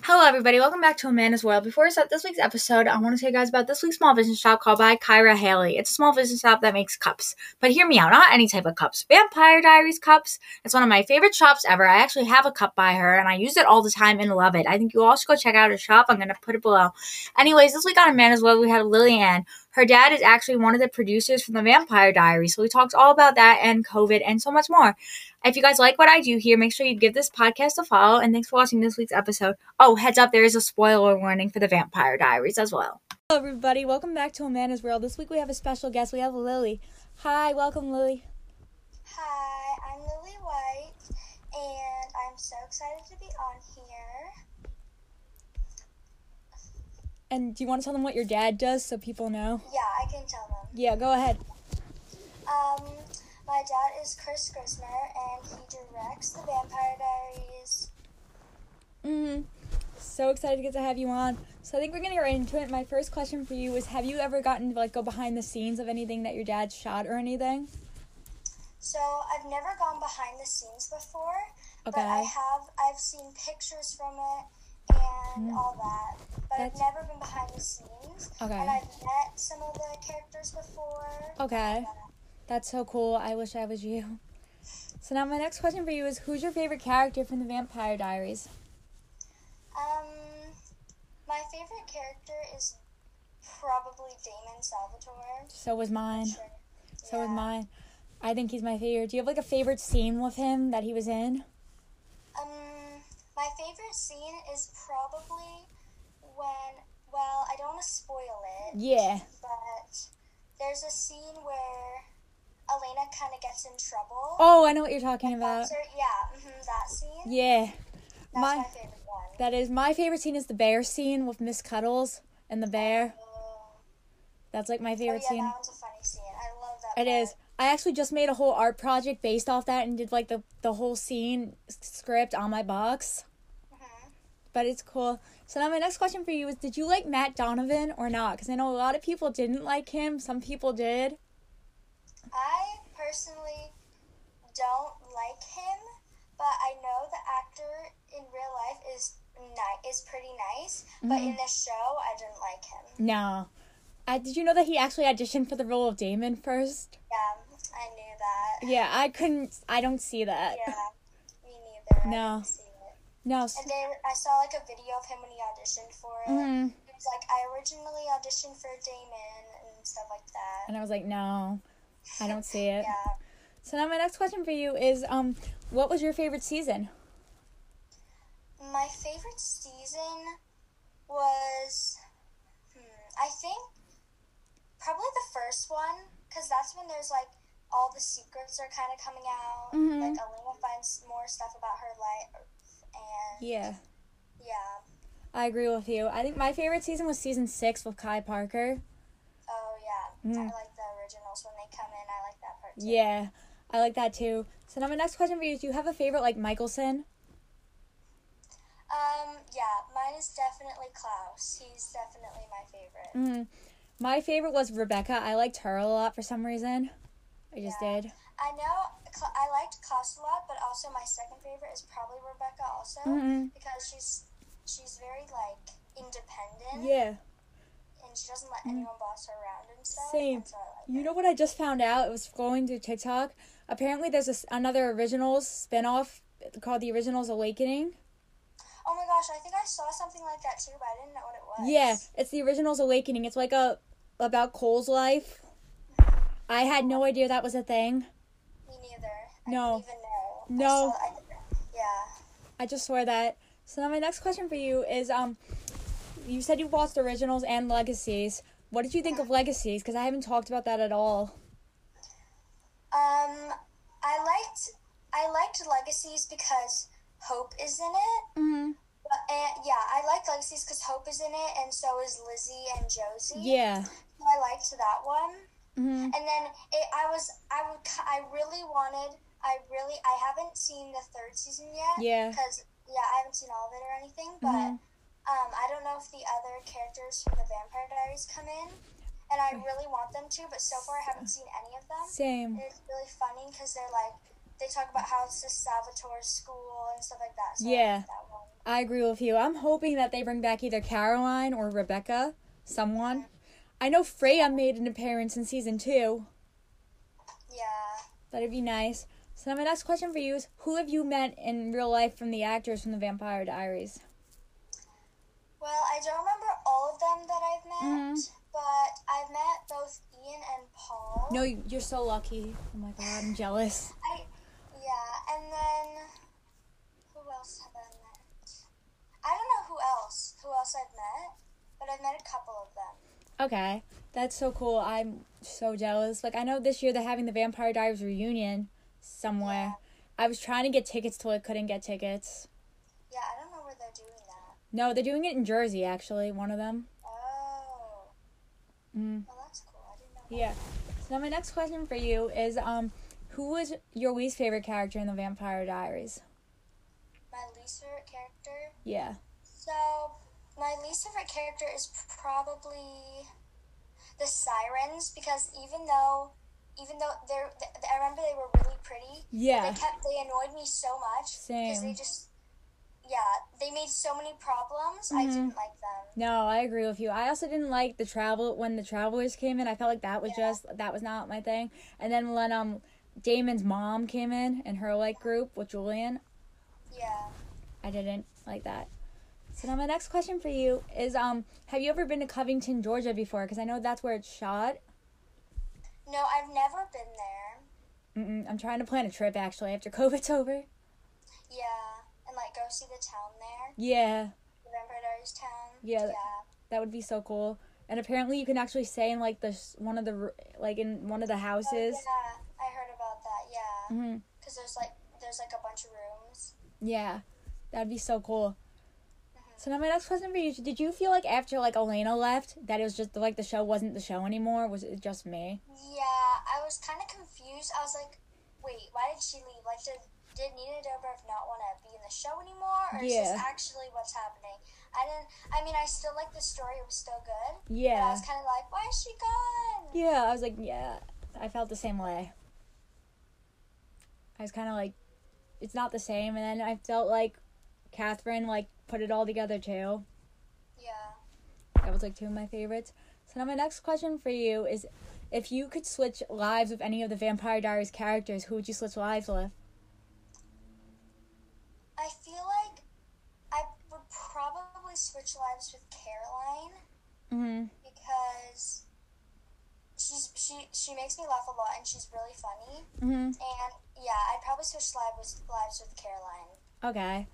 Hello, everybody. Welcome back to Amanda's World. Before we start this week's episode, I want to tell you guys about this week's small business shop called by Kyra Haley. It's a small business shop that makes cups. But hear me out, not any type of cups. Vampire Diaries cups. It's one of my favorite shops ever. I actually have a cup by her, and I use it all the time and love it. I think you all should go check out her shop. I'm going to put it below. Anyways, this week on Amanda's World, we had Lillian. Her dad is actually one of the producers from the Vampire Diaries, so we talked all about that and COVID and so much more. If you guys like what I do here, make sure you give this podcast a follow, and thanks for watching this week's episode. Oh, heads up, there is a spoiler warning for the Vampire Diaries as well. Hello, everybody. Welcome back to Amanda's World. This week we have a special guest. We have Lily. Hi, welcome, Lily. Hi, I'm Lily White, and I'm so excited to be on here. And do you want to tell them what your dad does so people know? Yeah, I can tell them. Yeah, go ahead. Um, my dad is Chris Grismer, and he directs The Vampire Diaries. Mm-hmm. So excited to get to have you on. So I think we're gonna get right into it. My first question for you is: Have you ever gotten to like go behind the scenes of anything that your dad shot or anything? So I've never gone behind the scenes before, but Oh, I Okay. have. I've seen pictures from it and all that, but Hmm. That's- I've never been behind the scenes. Okay. And I've met some of the characters before. Okay. That's so cool. I wish I was you. So now my next question for you is: Who's your favorite character from the Vampire Diaries? Um, my favorite character is probably Damon Salvatore. So was mine. Sure. So was Yeah. mine. I think he's my favorite. Do you have like a favorite scene with him that he was in? Um, my favorite scene is probably when. Well, I don't want to spoil it. Yeah. But there's a scene where Elena kind of gets in trouble. Oh, I know what you're talking about. Concert- yeah, hmm that scene. Yeah. That's my, My favorite one. that is my favorite scene is the bear scene with Miss Cuddles and the bear. Oh, That's like my oh, favorite yeah, scene. that one's a funny scene. I love that. It is. I actually just made a whole art project based off that and did like the the whole scene s- script on my box. hmm But it's cool. So now my next question for you is: Did you like Matt Donovan or not? Because I know a lot of people didn't like him. Some people did. I personally don't like him, but I know the actor in real life is ni- is pretty nice. But Mm-hmm. in the show, I didn't like him. No. I, did you know that he actually auditioned for the role of Damon first? Yeah, I knew that. Yeah, I couldn't. I don't see that. Yeah, me neither. I No. didn't see it. No. s- And then I saw like a video of him when he auditioned for it. Mhm. He was like, I originally auditioned for Damon and stuff like that. And I was like, no, I don't see it. Yeah. So now my next question for you is: Um, what was your favorite season? My favorite season was, hmm, I think, probably the first one, because that's when there's like all the secrets are kind of coming out. Mhm. Like Elena finds more stuff about her life, and Yeah. yeah. I agree with you. I think my favorite season was season six with Kai Parker. Oh yeah, I Mm. like the originals when they come in. I like that part. Too. Yeah, I like that too. So now my next question for you: Do you have a favorite like Michelson? Um. Yeah, mine is definitely Klaus. He's definitely my favorite. Mm. My favorite was Rebecca. I liked her a lot for some reason. I just Yeah. did. I know Cla I liked Klaus a lot, but also my second favorite is probably Rebecca also Mhm. because she's she's very like independent Yeah. and she doesn't let anyone boss her around and stuff. Same. and so I like You her. know what I just found out? It was going to TikTok. Apparently, there's a s another Originals spinoff called The Originals Awakening. Oh my gosh, I think I saw something like that too, but I didn't know what it was. Yeah, it's The Originals Awakening. It's like a about Cole's life. I had no idea that was a thing. Me neither. No. I didn't even know. I No. saw- I- yeah. I just swear that. So now my next question for you is um you said you watched originals and legacies. What did you think of legacies? Because I haven't talked about that at all. Um, I liked I liked Legacies because Hope is in it. Mm-hmm. But, and, yeah, I liked Legacies because Hope is in it, and so is Lizzie and Josie. Yeah. So I liked that one. Mm-hmm. And then it, I was I would ki- I really wanted I really I haven't seen the third season yet. Yeah. Because yeah, I haven't seen all of it or anything, but Mhm. um, I don't know if the other characters from the Vampire Diaries come in, and I really want them to, but so far I haven't seen any of them. Same. And it's really funny because they're like they talk about how it's the Salvatore's school and stuff like that. So I Yeah. like that one. I agree with you. I'm hoping that they bring back either Caroline or Rebecca, someone. I know Freya made an appearance in season two. Yeah. That'd be nice. So now my next question for you is who have you met in real life from the actors from the Vampire Diaries? Well, I don't remember all of them that I've Mm-hmm. met, but I've met both Ian and Paul. No, you- you're so lucky. Oh my god, I'm jealous. I, yeah, and then who else have I met? I don't know who else, who else I've met, but I've met a couple of them. Okay. That's so cool. I'm so jealous. Like I know this year they're having the Vampire Diaries reunion somewhere. I was trying to get tickets till I couldn't get tickets. Yeah, I don't know where they're doing that. No, they're doing it in Jersey actually, one of them. Oh, Mm. well, that's cool. I didn't know. that. Yeah. So now my next question for you is um who was your least favorite character in the Vampire Diaries? My least favorite character. Yeah. So, my least favorite character is probably the sirens because even though, even though they're, th- I remember they were really pretty. Yeah. They kept they annoyed me so much because Same. they just, yeah, they made so many problems. I Mm-hmm. didn't like them. No, I agree with you. I also didn't like the travel when the travelers came in. I felt like that was Yeah. just that was not my thing. And then when um Damon's mom came in and her like group with Julian, Yeah. I didn't like that. So now my next question for you is um have you ever been to Covington, Georgia before? Because I know that's where it's shot. No, I've never been there. Mm-mm, I'm trying to plan a trip actually after COVID's over. Yeah, and like go see the town there. Yeah, Remember Vampire town. Yeah. Yeah. that would be so cool. And apparently you can actually stay in like this one of the r- like in one of the Oh, houses. yeah, I heard about that. Yeah, Mhm. because there's like there's like a bunch of rooms. Yeah, that'd be so cool. So now my next question for you: Did you feel like after like Elena left that it was just like the show wasn't the show anymore? Was it just me? Yeah, I was kind of confused. I was like, wait, why did she leave? Like, did, did Nina Dobrev not want to be in the show anymore? Or is Yeah. this actually what's happening? I didn't, I mean, I still like the story. It was still good. But I Yeah, was kind of like, why is she gone? yeah. I was like, yeah, I felt the same way. I was kind of like, it's not the same, and then I felt like Catherine like put it all together too. Yeah. That was like two of my favorites. So now my next question for you is: If you could switch lives with any of the Vampire Diaries characters, who would you switch lives with? I feel like I would probably switch lives with Caroline. Mm-hmm. because she's she she makes me laugh a lot and she's really funny. Mm-hmm. And yeah, I'd probably switch lives lives with Caroline. Okay.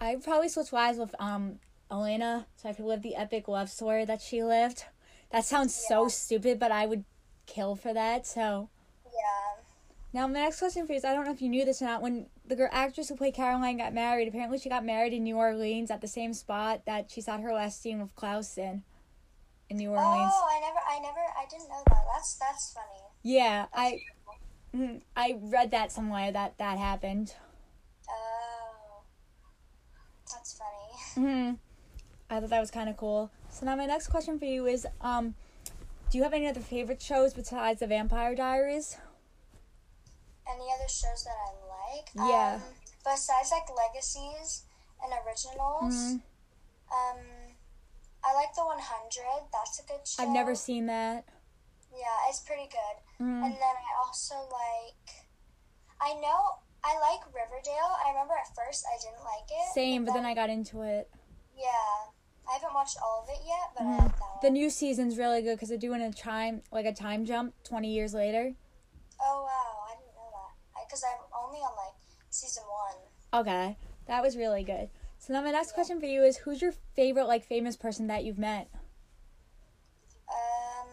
I would probably switch lives with um Elena so I could live the epic love story that she lived. That sounds so Yeah. stupid, but I would kill for that. So Yeah. now my next question for you is I don't know if you knew this or not. When the girl actress who played Caroline got married, apparently she got married in New Orleans at the same spot that she shot her last scene with Klaus in in New Orleans. Oh, I never I never I didn't know that. That's that's funny. Yeah, I mm, I read that somewhere that that happened. Oh. That's funny. hmm I thought that was kind of cool. So now my next question for you is, um, do you have any other favorite shows besides The Vampire Diaries? Any other shows that I like? Yeah. Um, besides like legacies and originals. Mhm. Um I like the 100. That's a good show. I've never seen that. Yeah, it's pretty good. And Mm. then I also like, I know I like Riverdale. I remember at first I didn't like it. Same, but then I got into it. yeah, I haven't watched all of it yet, but I Mhm. like that The one. new season's really good because they're doing a time like a time jump twenty years later. Oh wow, I didn't know that because I'm only on like season one. Okay, that was really good. So now my next question for you is, who's your favorite like famous person that you've met? Um,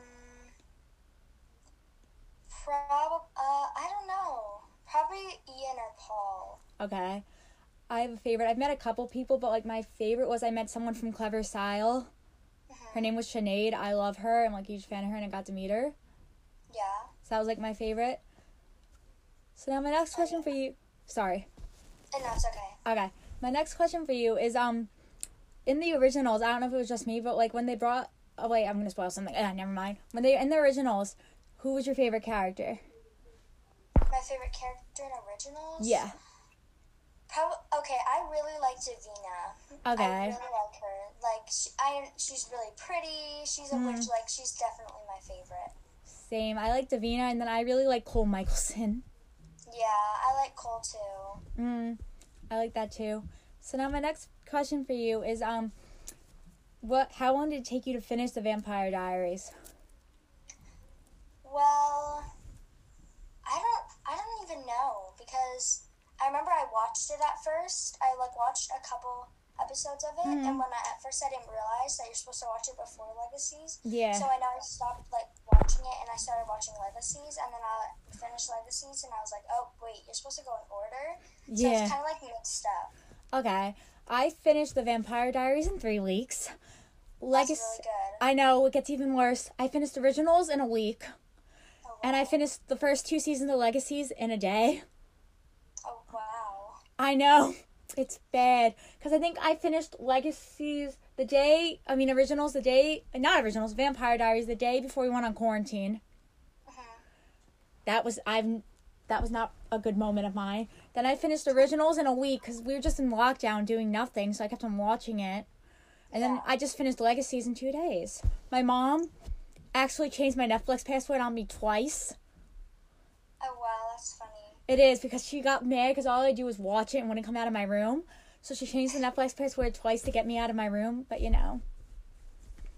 prob uh, I don't know. Probably Ian or Paul. Okay, I have a favorite. I've met a couple people, but like my favorite was I met someone from Clever Style. Her Mhm. name was Sinead. I love her. I'm like a huge fan of her, and I got to meet her. Yeah, So that was like my favorite. So now my next question for you. Sorry. and that's okay. Okay. My next question for you is um, in the originals. I don't know if it was just me, but like when they brought. Oh wait, I'm gonna spoil something. Ah, never mind. When they in the originals, who was your favorite character? My favorite character in originals. Yeah. Prob- okay, I really liked Davina. I Okay. really like her. Like she, I, she's really pretty. She's a witch. Like she's definitely my favorite. Same. I like Davina, and then I really like Cole Michelson. Yeah, I like Cole too. Mm, I like that too. So now my next question for you is um, what? How long did it take you to finish the Vampire Diaries? Well, I don't I don't even know because I remember I watched it at first. I like watched a couple episodes of it Mm-hmm. and when I at first I didn't realize that you're supposed to watch it before Legacies. Yeah. So I know I stopped like watching it and I started watching Legacies and then I finished Legacies and I was like, "Oh, wait, you're supposed to go in order." So Yeah. it's kind of like mixed up. Okay. I finished the Vampire Diaries in three weeks. That's Legacy. really good. I know it gets even worse. I finished originals in a week, Oh, and I wow. finished the first two seasons of Legacies in a day. Oh, wow. I know it's bad because I think I finished Legacies the day. I mean, originals the day. Not originals. Vampire Diaries the day before we went on quarantine. That was I've. That was not a good moment of mine. Then I finished originals in a week because we were just in lockdown doing nothing, so I kept on watching it. And then Yeah. I just finished Legacies in two days. My mom actually changed my Netflix password on me twice. Oh, wow, that's funny. It is because she got mad because all I do was watch it and wouldn't come out of my room. So she changed the Netflix password twice to get me out of my room. But you know,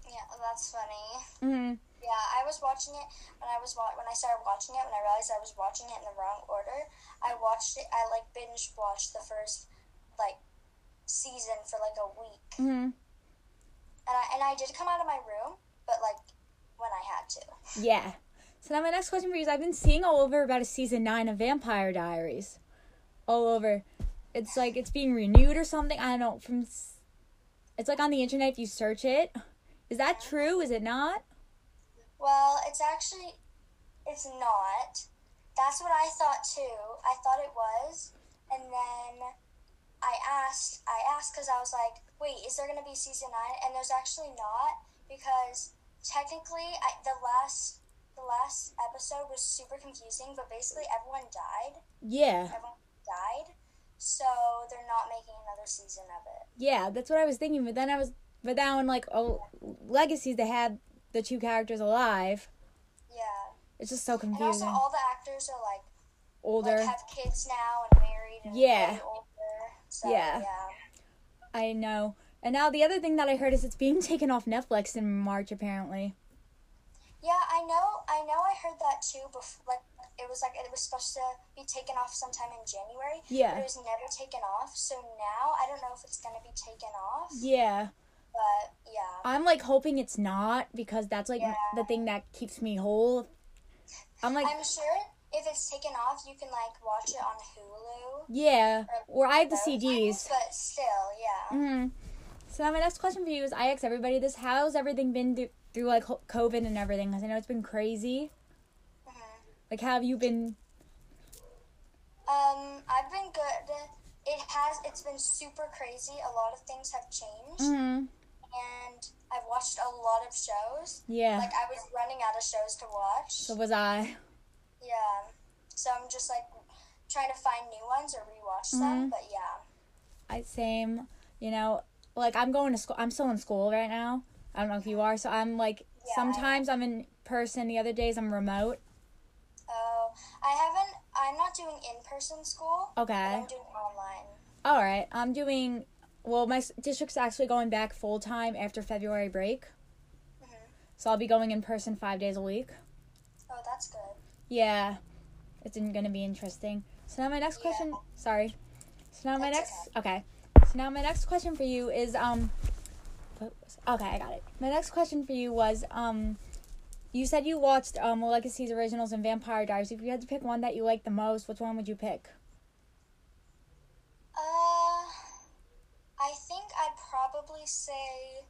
Yeah, that's funny. mm, Yeah, I was watching it when I was wa- when I started watching it when I realized I was watching it in the wrong order. I watched it. I like binge watched the first like season for like a week, mm, and I and I did come out of my room, but like when I had to. yeah. So now my next question for you is: I've been seeing all over about a season nine of Vampire Diaries, all over. It's like it's being renewed or something. I don't know. From s- it's like on the internet if you search it. Is that true? Is it not? Well, it's actually it's not. That's what I thought too. I thought it was, and then I asked. I asked because I was like, "Wait, is there gonna be season 9? And there's actually not because technically, I, the last the last episode was super confusing. But basically, everyone died. Yeah. Everyone died. So they're not making another season of it. Yeah, that's what I was thinking. But then I was, but that one like oh, legacies they had the two characters alive. Yeah, It's just so and also confusing. all the actors are like Older, like have kids now and married and Yeah. way older. So, Yeah. yeah. I know. And now the other thing that I heard is it's being taken off Netflix in March apparently. Yeah, I know. I know. I heard that too. Before, like it was like it was supposed to be taken off sometime in January. Yeah. But it was never taken off. So now I don't know if it's gonna be taken off. Yeah, But yeah. I'm like hoping it's not because that's like Yeah. the thing that keeps me whole. I'm like, I'm sure if it's taken off, you can like watch it on Hulu. yeah, or I have the CDs. But still, yeah. Mm. So now my next question for you is: I ask everybody this, how's everything been th- through like ho- COVID and everything? Because I know it's been crazy. Mm-hmm. Like, how have you been? Um, I've been good. It has. It's been super crazy. A lot of things have changed, Mm, and I've watched a lot of shows. yeah. Like I was running out of shows to watch. So was I. Yeah. So I'm just like trying to find new ones or rewatch them. Mm-hmm. But yeah. I same. You know, like I'm going to school. I'm still in school right now. I don't know if you are. So I'm like Yeah, I- sometimes I'm in person. The other days I'm remote. Oh, I haven't. I'm not doing in-person school. but Okay. I'm doing online. All right. I'm doing. Well, my s- district's actually going back full time after February break. So I'll be going in person five days a week. Oh, that's good. Yeah, it's in- gonna be interesting. So now my next Yeah. question. Sorry. So now my That's next. Okay. So now my next question for you is um. what was- Okay, I got it. My next question for you was um. You said you watched um Legacies, Originals, and Vampire Diaries. If you had to pick one that you liked the most, which one would you pick? Uh, I think I'd probably say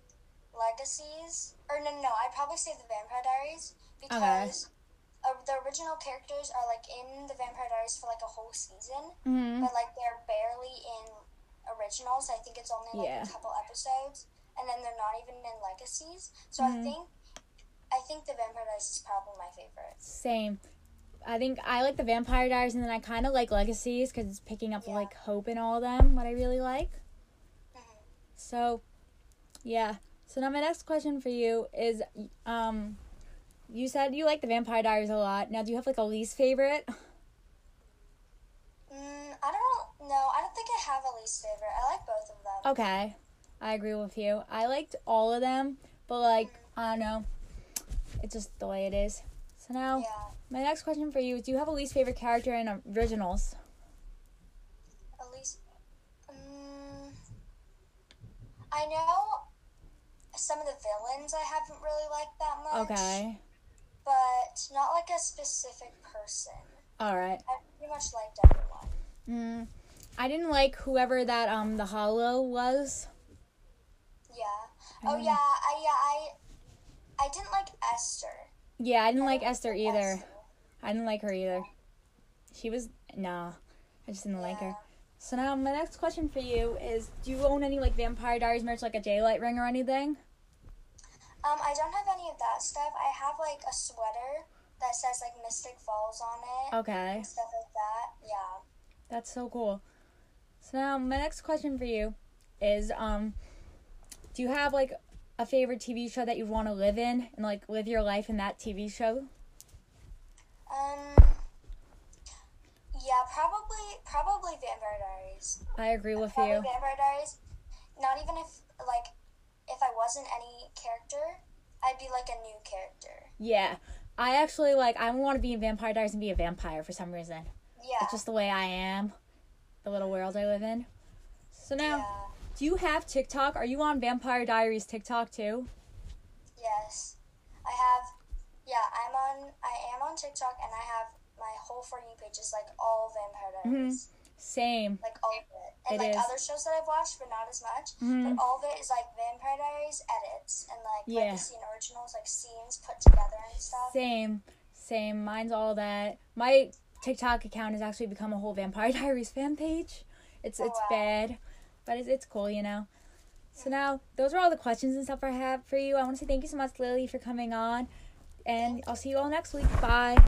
Legacies. Or no, no, no, I'd probably say The Vampire Diaries because uh, the original characters are like in The Vampire Diaries for like a whole season. Mm-hmm. but like they're barely in originals. I think it's only like Yeah. a couple episodes, and then they're not even in Mm-hmm. legacies. So I think I think the Vampire Diaries is probably my favorite. Same. I think I like the Vampire Diaries, and then I kind of like Legacies because it's picking up Yeah. like hope in all of them. What I really like. Mhm. So, yeah. So now my next question for you is, um, you said you like the Vampire Diaries a lot. Now, do you have like a least favorite? Mm, I don't know. I don't think I have a least favorite. I like both of them. Okay, I agree with you. I liked all of them, but like I don't know, it's just the way it is. So now Yeah. my next question for you is, do you have a least favorite character in originals? At least, um, I know some of the villains I haven't really liked that much. Okay, But not like a specific person. all right. I pretty much liked everyone. Mm, I didn't like whoever that um the Hollow was. Yeah. I Oh don't- yeah. I yeah. I I didn't like Esther. Yeah, I didn't like Esther either. Esther. I didn't like her either. She was nah. I just didn't like her. Yeah. So now my next question for you is: Do you own any like Vampire Diaries merch, like a daylight ring or anything? Um, I don't have any of that stuff. I have like a sweater that says like Mystic Falls on Oh. it. Okay, Stuff like that. Yeah. that's so cool. So now my next question for you is: Um, do you have like a favorite TV show that you want to live in and like live your life in that TV show? Um. Yeah, probably, probably Vampire Diaries. I agree with Probably you. Vampire Diaries. Not even if like, if I wasn't any character, I'd be like a new character. Yeah, I actually like. I want to be in Vampire Diaries and be a vampire for some reason. Yeah. It's just the way I am, the little world I live in. So now, yeah. do you have TikTok? Are you on Vampire Diaries TikTok too? Yes. I have. Yeah, I'm on. I am on TikTok, and I have my whole for you page is like all Vampire Mm-hmm. Diaries, Same. like all of it, and It like is. other shows that I've watched, but not as much. Mhm. But all of it is like Vampire Diaries edits and like Yeah. legacy and originals, like scenes put together and stuff. Same. Same. Mine's all that. My TikTok account has actually become a whole Vampire Diaries fan page. It's Oh, it's wow. bad, but it's it's cool, you know. So now, those are all the questions and stuff I have for you. I want to say thank you so much, Lily, for coming on, and I'll see you all next week. Bye.